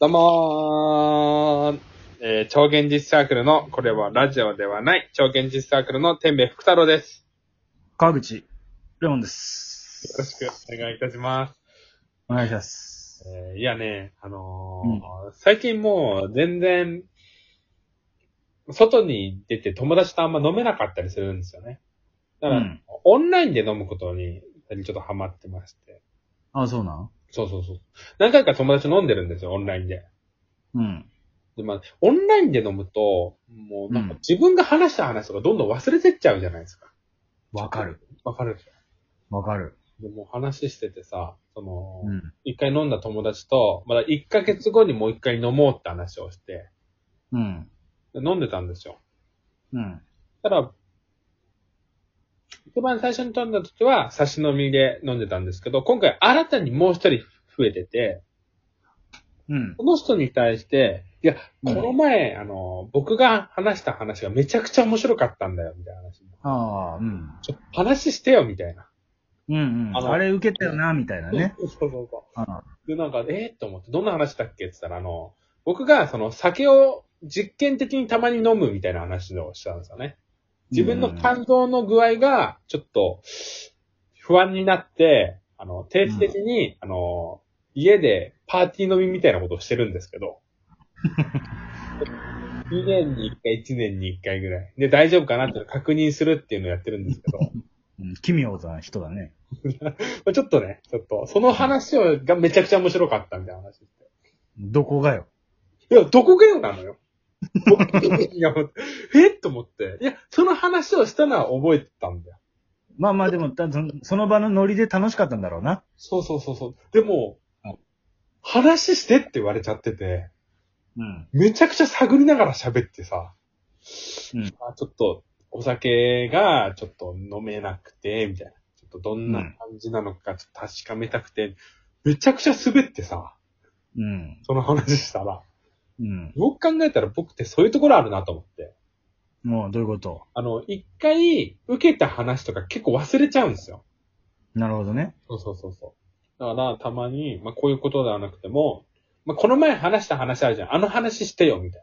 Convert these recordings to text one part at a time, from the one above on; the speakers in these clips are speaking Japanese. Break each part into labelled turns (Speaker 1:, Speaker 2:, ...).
Speaker 1: どうもー、えー超現実サークルの、これはラジオではない、超現実サークルの天明福太郎です。
Speaker 2: 川口レオンです。
Speaker 1: よろしくお願いいたします。
Speaker 2: お願いします。
Speaker 1: えーいやね、あのー最近もう全然、外に出て友達とあんま飲めなかったりするんですよね。だから、
Speaker 2: うん
Speaker 1: オンラインで飲むことに、ちょっとハマってまして。
Speaker 2: あ、そうなん
Speaker 1: そうそうそう。何回か友達と飲んでるんですよ、オンラインで。
Speaker 2: うん。
Speaker 1: で、まあ、オンラインで飲むと、もうなんか
Speaker 2: うん
Speaker 1: 自分が話した話とかどんどん忘れてっちゃうじゃないですか。
Speaker 2: わかる。
Speaker 1: わかるでし
Speaker 2: わかる。
Speaker 1: ょでも話しててさ、その
Speaker 2: う、ん。
Speaker 1: 一、回飲んだ友達と、まだ一ヶ月後にもう一回飲もうって話をして、
Speaker 2: うん。
Speaker 1: で飲んでたんですよ。
Speaker 2: うん。
Speaker 1: ただ、一番最初に飲んだ時は差し飲みで飲んでたんですけど、今回新たにもう一人増えてて、
Speaker 2: うん。
Speaker 1: この人に対して、いや、
Speaker 2: う
Speaker 1: こ
Speaker 2: ん
Speaker 1: の前、あの、僕が話した話がめちゃくちゃ面白かったんだよ、みたいな話。
Speaker 2: ああ、うん。
Speaker 1: ちょ、話してよ、みたいな。
Speaker 2: うんうん。
Speaker 1: あの
Speaker 2: あれ受けたよな、みたいなね。
Speaker 1: そうそうそ
Speaker 2: あ
Speaker 1: う。で、なんか、えー、と思って、どんな話だっけって言ったら、あの、僕が、その、酒を実験的にたまに飲むみたいな話をしたんですよね。自分の肝臓の具合が、ちょっと、不安になって、あの、定期的に、あの、家でパーティー飲みみたいなことをしてるんですけ ど、2年に1回、1年に1回ぐらい。で、大丈夫かなっていうのを確認するっていうのをやってるんですけど、
Speaker 2: うん奇妙な人だね。
Speaker 1: まあちょっとね、ちょっと、その話をがめちゃくちゃ面白かったみたいな話して。
Speaker 2: どこがよ。
Speaker 1: いや、どこがよなのよ。いや、えっと思って。いや、その話をしたのは覚えてたんだよ。
Speaker 2: まあまあでも、たそのその場のノリで楽しかったんだろうな。
Speaker 1: そうそうそうそう。でも
Speaker 2: うん、
Speaker 1: 話してって言われちゃってて、
Speaker 2: うん。
Speaker 1: めちゃくちゃ探りながら喋ってさ、
Speaker 2: うん
Speaker 1: あちょっと、お酒がちょっと飲めなくて、みたいな。ちょっとどんな感じなのかちょっと確かめたくて、めちゃくちゃ滑ってさ、
Speaker 2: うん。
Speaker 1: その話したら。
Speaker 2: うん。
Speaker 1: よく考えたら僕ってそういうところあるなと思って。
Speaker 2: もう、どういうこと
Speaker 1: あの、一回受けた話とか結構忘れちゃうんですよ。
Speaker 2: なるほどね。
Speaker 1: そうそうそうそう。だから、たまに、まあ、こういうことではなくても、まあ、この前話した話あるじゃん。あの話してよ、みたい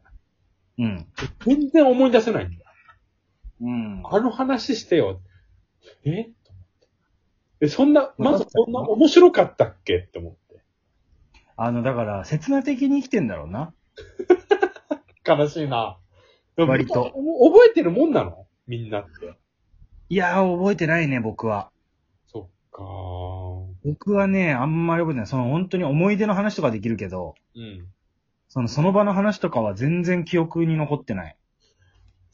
Speaker 1: な。
Speaker 2: うん。
Speaker 1: 全然思い出せないんだよ。
Speaker 2: うん。
Speaker 1: あの話してよ。えと思って。え、そんな、まずそんな面白かったっけって思って。
Speaker 2: あの、だから、刹那的に生きてんだろうな。
Speaker 1: 悲しいな。
Speaker 2: 割と
Speaker 1: でも。覚えてるもんなのみんなって。
Speaker 2: いやー、覚えてないね、僕は。
Speaker 1: そっかー。
Speaker 2: 僕はね、あんまり覚えてない。その本当に思い出の話とかできるけど、
Speaker 1: うん。
Speaker 2: そのその場の話とかは全然記憶に残ってない。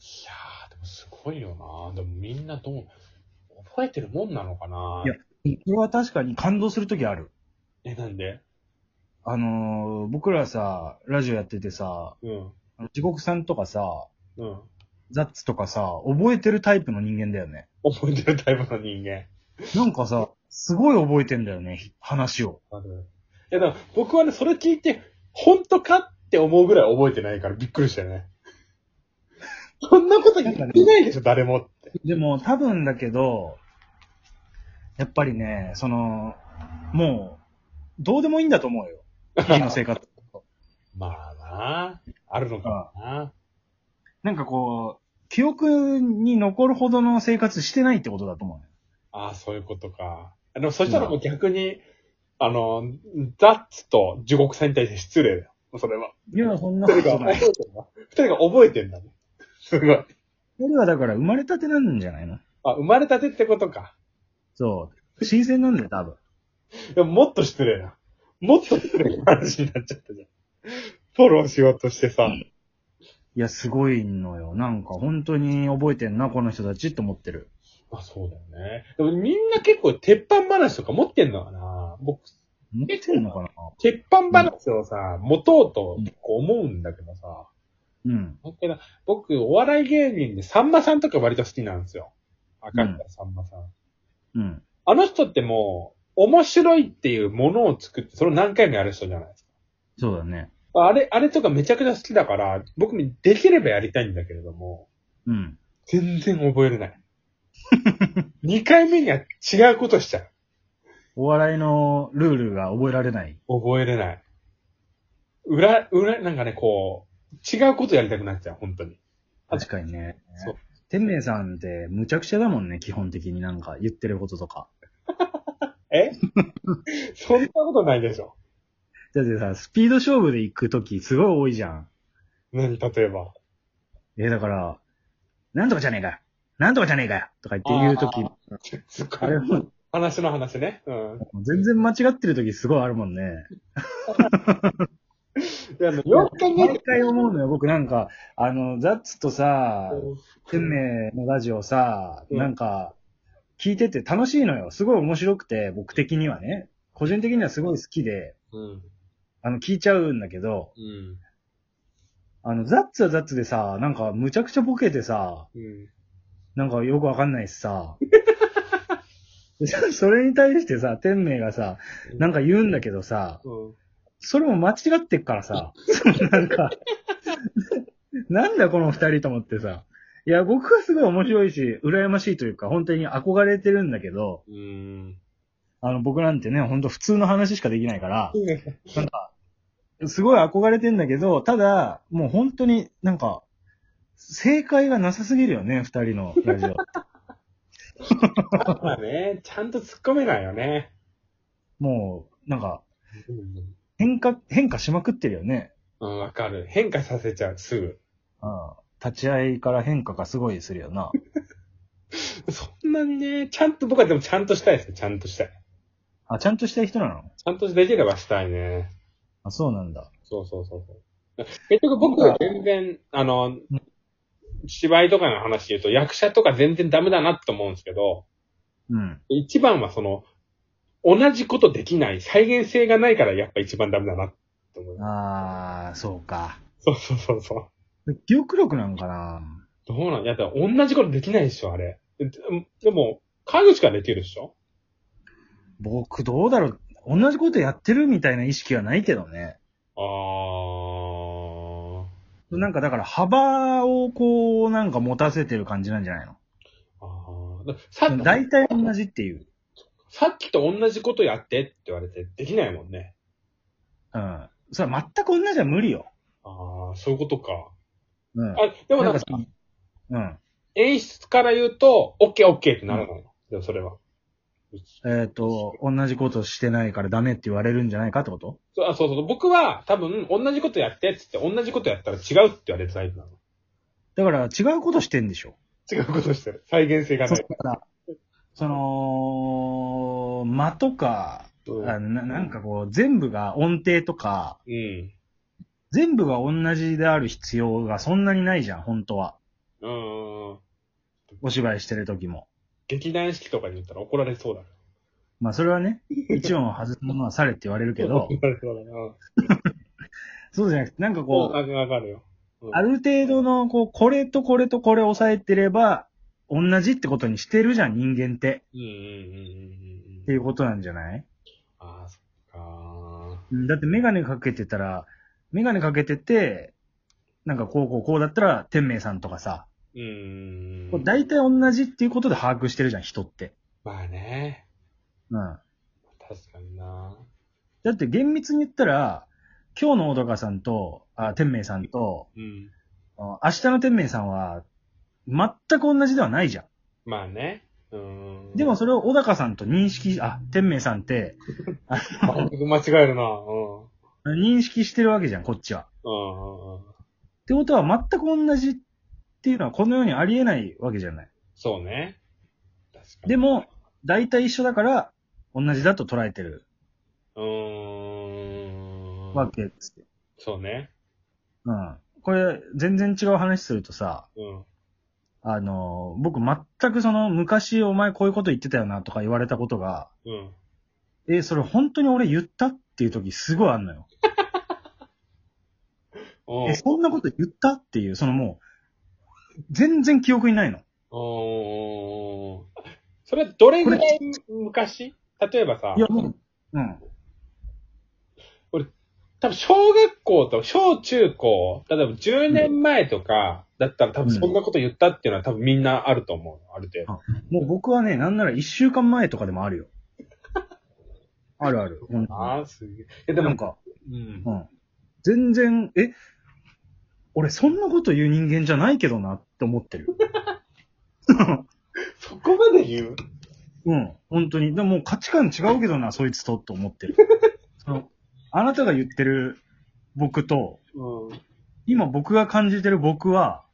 Speaker 1: いやー、でもすごいよなでもみんなどう、覚えてるもんなのかない
Speaker 2: やこれは確かに感動するときある。
Speaker 1: え、なんで
Speaker 2: あのー、僕らさ、ラジオやっててさ、
Speaker 1: うん。
Speaker 2: あの地獄さんとかさ、
Speaker 1: うん。
Speaker 2: ザッツとかさ、覚えてるタイプの人間だよね。
Speaker 1: 覚えてるタイプの人間。
Speaker 2: なんかさ、すごい覚えてんだよね、話を。
Speaker 1: ある。いや、だから僕はね、それ聞いて、本当かって思うぐらい覚えてないからびっくりしたよね。そんなこと言ってないでしょ、誰もって。
Speaker 2: でも多分だけど、やっぱりね、その、もう、どうでもいいんだと思うよ。日々の生活。
Speaker 1: まあなあるのかもな
Speaker 2: なんかこう、記憶に残るほどの生活してないってことだと思うね。
Speaker 1: ああ、そういうことか。でもそしたらもう逆に、あの、ザッツと地獄さんに対して失礼だよ。それは。
Speaker 2: いや、そんなこ
Speaker 1: 二人
Speaker 2: と
Speaker 1: が覚
Speaker 2: な
Speaker 1: え
Speaker 2: い。
Speaker 1: てんだ。二人が覚えてんだね。すごい。
Speaker 2: 俺はだから生まれたてなんじゃないの
Speaker 1: あ、生まれたてってことか。
Speaker 2: そう。新鮮なんだよ、多分。
Speaker 1: でももっと失礼な。もっと失礼な話になっちゃったじゃん。フォローしようとしてさ。
Speaker 2: いや、すごいのよ。なんか本当に覚えてんな、この人たちって思ってる。
Speaker 1: まあそうだよね。でもみんな結構鉄板話とか持ってんのかな僕、
Speaker 2: 持ってるのかな
Speaker 1: 鉄板話をさ、持とうと結構思うんだけどさ。
Speaker 2: うん。
Speaker 1: だけど、僕、お笑い芸人でさんまさんとか割と好きなんですよ。赤
Speaker 2: うん
Speaker 1: 田さんまさん。
Speaker 2: うん。
Speaker 1: あの人ってもう、面白いっていうものを作って、それを何回もやる人じゃないですか
Speaker 2: そうだね。
Speaker 1: あれ、あれとかめちゃくちゃ好きだから、僕もできればやりたいんだけれども、
Speaker 2: うん。
Speaker 1: 全然覚えれ ない。2回目には違うことしちゃ
Speaker 2: お笑いのルールが覚えられない。
Speaker 1: う。覚えれない。裏、裏、なんかね、こう、違うことやりたくなっちゃう、本当に。
Speaker 2: 確かにね。
Speaker 1: そう。
Speaker 2: 天明さんってむちゃくちゃだもんね、基本的になんか言ってることとか。
Speaker 1: えそんなことないでしょ。
Speaker 2: だってさ、スピード勝負で行くときすごい多いじゃん。
Speaker 1: 何、例えば。
Speaker 2: え、だから、なんとかじゃねえかよなんとかじゃねえかよとか言って言うとき、
Speaker 1: すっご
Speaker 2: あ
Speaker 1: い
Speaker 2: れも
Speaker 1: 話の話ね。うん。
Speaker 2: 全然間違ってるときすごいあるもんね。
Speaker 1: いや、あのよく考え
Speaker 2: 毎
Speaker 1: て
Speaker 2: 回思うのよ、僕なんか、あの、ザッツとさ、天明のラジオさ、
Speaker 1: うん
Speaker 2: なんか、聞いてて楽しいのよ。すごい面白くて、僕的にはね。個人的にはすごい好きで、
Speaker 1: うん。
Speaker 2: あの、聞いちゃうんだけど、
Speaker 1: うん。
Speaker 2: あの、ザッツはザッツでさ、なんか、むちゃくちゃボケてさ、
Speaker 1: うん。
Speaker 2: なんかよくわかんないし さ。でそそれに対してさ、天明がさ、なんか言うんだけどさ、
Speaker 1: うん。
Speaker 2: それも間違ってっからさ、 そうなんか、なんだこの二人と思ってさ。いや、僕はすごい面白いし、羨ましいというか、本当に憧れてるんだけど、
Speaker 1: うん。
Speaker 2: あの、僕なんてね、ほんと普通の話しかできないから、なんか、すごい憧れてんだけど、ただ、もう本当になんか、正解がなさすぎるよね、二人のラジオ。
Speaker 1: まあね、ちゃんと突っ込めないよね。
Speaker 2: もう、なんか、
Speaker 1: うん
Speaker 2: 変化、変化しまくってるよね。
Speaker 1: うん、わかる。変化させちゃう、すぐ。
Speaker 2: うん。立ち合いから変化がすごいするよな。
Speaker 1: そんなにね、ちゃんと、僕はでもちゃんとしたいですね、ちゃんとしたい。
Speaker 2: あ、ちゃんとしたい人なの
Speaker 1: ちゃんとできればしたいね。
Speaker 2: あ、そうなんだ。
Speaker 1: そうそうそうそう。結局僕は全然、あの、芝居とかの話で言うと役者とか全然ダメだなって思うんですけど、
Speaker 2: うん。
Speaker 1: 一番はその、同じことできない、再現性がないからやっぱ一番ダメだなって思う。
Speaker 2: あー、そうか。
Speaker 1: そうそうそうそう。
Speaker 2: 記憶力なんかな
Speaker 1: どうなんやだから同じことできないでしょ、あれ。ででも、川口からできるでしょ
Speaker 2: 僕どうだろう。同じことやってるみたいな意識はないけどね。
Speaker 1: あ
Speaker 2: なんかだから幅をこう、なんか持たせてる感じなんじゃないの
Speaker 1: ー。あーださっき、
Speaker 2: 大体同じっていう。
Speaker 1: さっきと同じことやってって言われてできないもんね。
Speaker 2: うん。それは全く同じは無理よ。
Speaker 1: ああ、そういうことか。
Speaker 2: うん。
Speaker 1: あ、でもなんか、
Speaker 2: そのうん。
Speaker 1: 演出から言うと、オッケーオッケーってなるのよ。でもそれは。
Speaker 2: えっ、と、同じことしてないからダメって言われるんじゃないかってこと
Speaker 1: そうあそうそう。僕は多分、同じことやってって言って、同じことやったら違うって言われるタイプなの。
Speaker 2: だから違うことしてんでしょ。
Speaker 1: 違うことしてる。再現性が
Speaker 2: そう
Speaker 1: な
Speaker 2: だ
Speaker 1: い。
Speaker 2: から、その、間とか、
Speaker 1: うん
Speaker 2: あのななんかこう、全部が音程とか、
Speaker 1: うん。
Speaker 2: 全部が同じである必要がそんなにないじゃん、本当は。
Speaker 1: うーん。
Speaker 2: お芝居してる時も。
Speaker 1: 劇団四季とかに言ったら怒られそうだ。
Speaker 2: まあそれはね、一音を外すものはされって言われるけど、
Speaker 1: 怒られそうだよ。
Speaker 2: そうじゃなくて、なんか
Speaker 1: うん。
Speaker 2: こ
Speaker 1: わ
Speaker 2: う、
Speaker 1: かるわかるよ。うん
Speaker 2: ある程度の、こう、これとこれとこれ押さえてれば、同じってことにしてるじゃん、人間って。
Speaker 1: うんうんうんうん
Speaker 2: っ
Speaker 1: う
Speaker 2: て
Speaker 1: ん。
Speaker 2: いうことなんじゃない
Speaker 1: ああ、そっか
Speaker 2: うんだってメガネかけてたら、メガネかけてて、なんかこうこうこうだったら、天明さんとかさ、
Speaker 1: ー。うーん。
Speaker 2: こう大体同じっていうことで把握してるじゃん、人って。
Speaker 1: まあね。
Speaker 2: うん。
Speaker 1: 確かにな
Speaker 2: だって厳密に言ったら、今日の小高さんと、あ、天明さんと、
Speaker 1: うん。
Speaker 2: あ明日の天明さんは、全く同じではないじゃん。
Speaker 1: まあね。うーん。
Speaker 2: でもそれを小高さんと認識、あ、天明さんって、
Speaker 1: 全く間違えるなうん。
Speaker 2: 認識してるわけじゃん、こっちは。
Speaker 1: うんうんうん。
Speaker 2: ってことは全く同じっていうのはこの世にありえないわけじゃない。
Speaker 1: そうね。確かに。
Speaker 2: で、も、大体一緒だから、同じだと捉えてる
Speaker 1: うーん。
Speaker 2: わけですよ。
Speaker 1: そうね。
Speaker 2: うん。これ、全然違う話するとさ、
Speaker 1: うん。
Speaker 2: あの、僕全くその、昔お前こういうこと言ってたよなとか言われたことが、
Speaker 1: うん。
Speaker 2: え、それ本当に俺言ったっていう時すごいあんのよ。
Speaker 1: うん。
Speaker 2: え、そんなこと言ったっていう、そのもう、全然記憶にないの。
Speaker 1: うん。それ、どれぐらい昔例えばさ
Speaker 2: い、や、もう、うん。
Speaker 1: 多分小学校と小中高、例えば10年前とかだったら多分そんなこと言ったっていうのは多分みんなあると思う。ある程度。
Speaker 2: もう僕はね、なんなら一週間前とかでもあるよ。 あるある。ほんとに
Speaker 1: ああ、すげえ。いや、で
Speaker 2: な
Speaker 1: も
Speaker 2: ん、か、
Speaker 1: うん
Speaker 2: う。ん。全然、え、俺そんなこと言う人間じゃないけどなって思って る。
Speaker 1: そこまで言う
Speaker 2: うん、本当に。でももう価値観違うけどな、そいつとと思 ってる。そのあなたが言ってる僕と、
Speaker 1: うん。
Speaker 2: 今僕が感じてる僕は、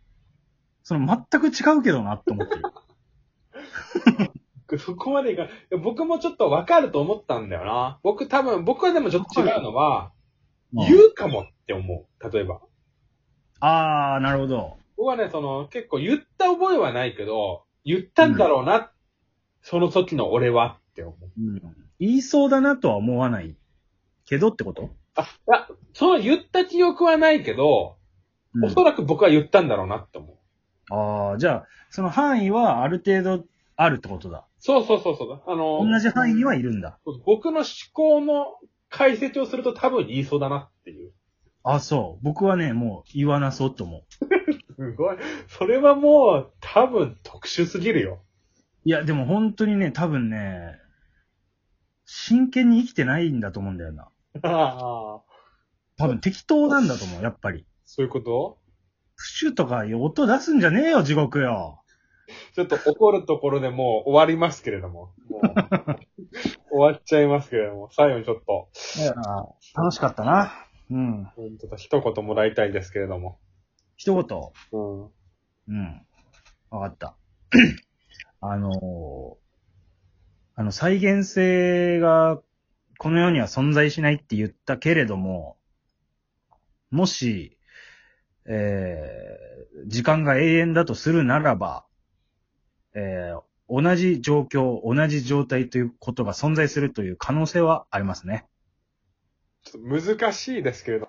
Speaker 2: その全く違うけどなって思ってる。
Speaker 1: そこまでいかないや僕もちょっとわかると思ったんだよな。僕多分、僕はでもちょっと違うのは、 言うかもって思う。例えば。
Speaker 2: ああ、なるほど。
Speaker 1: 僕はね、その、結構言った覚えはないけど、言ったんだろうな、その時の俺はって思う。
Speaker 2: うん。言いそうだなとは思わないけどってこと
Speaker 1: あ、いや、その言った記憶はないけど、おそらく僕は言ったんだろうなって思う。
Speaker 2: ああ、じゃあ、その範囲はある程度あるってことだ。
Speaker 1: そうそうそうそう。あの、
Speaker 2: 同じ範囲にはいるんだ。
Speaker 1: 僕の思考の解説をすると多分言いそうだなっていう。
Speaker 2: あそう。僕はね、もう言わなそうと思う。
Speaker 1: すごい。それはもう多分特殊すぎる よ。
Speaker 2: いや、でも本当にね、多分ね、真剣に生きてないんだと思うんだよな。
Speaker 1: ああ。
Speaker 2: 多分適当なんだと思う、やっぱり。
Speaker 1: そういうこと
Speaker 2: プシュとか音出すんじゃねえよ、地獄よ。
Speaker 1: ちょっと怒るところでもう終わりますけれども。もう 終わっちゃいますけれども。最後にちょっと、
Speaker 2: 楽しかったな。うん。
Speaker 1: うんちょっと一言もらいたいですけれども。
Speaker 2: 一言。
Speaker 1: うん。
Speaker 2: うん。わかった。 あのーあの、再現性がこの世には存在しないって言ったけれども、もし、えー時間が永遠だとするならば、えー同じ状況、同じ状態ということが存在するという可能性はありますね。
Speaker 1: ちょっと難しいですけれども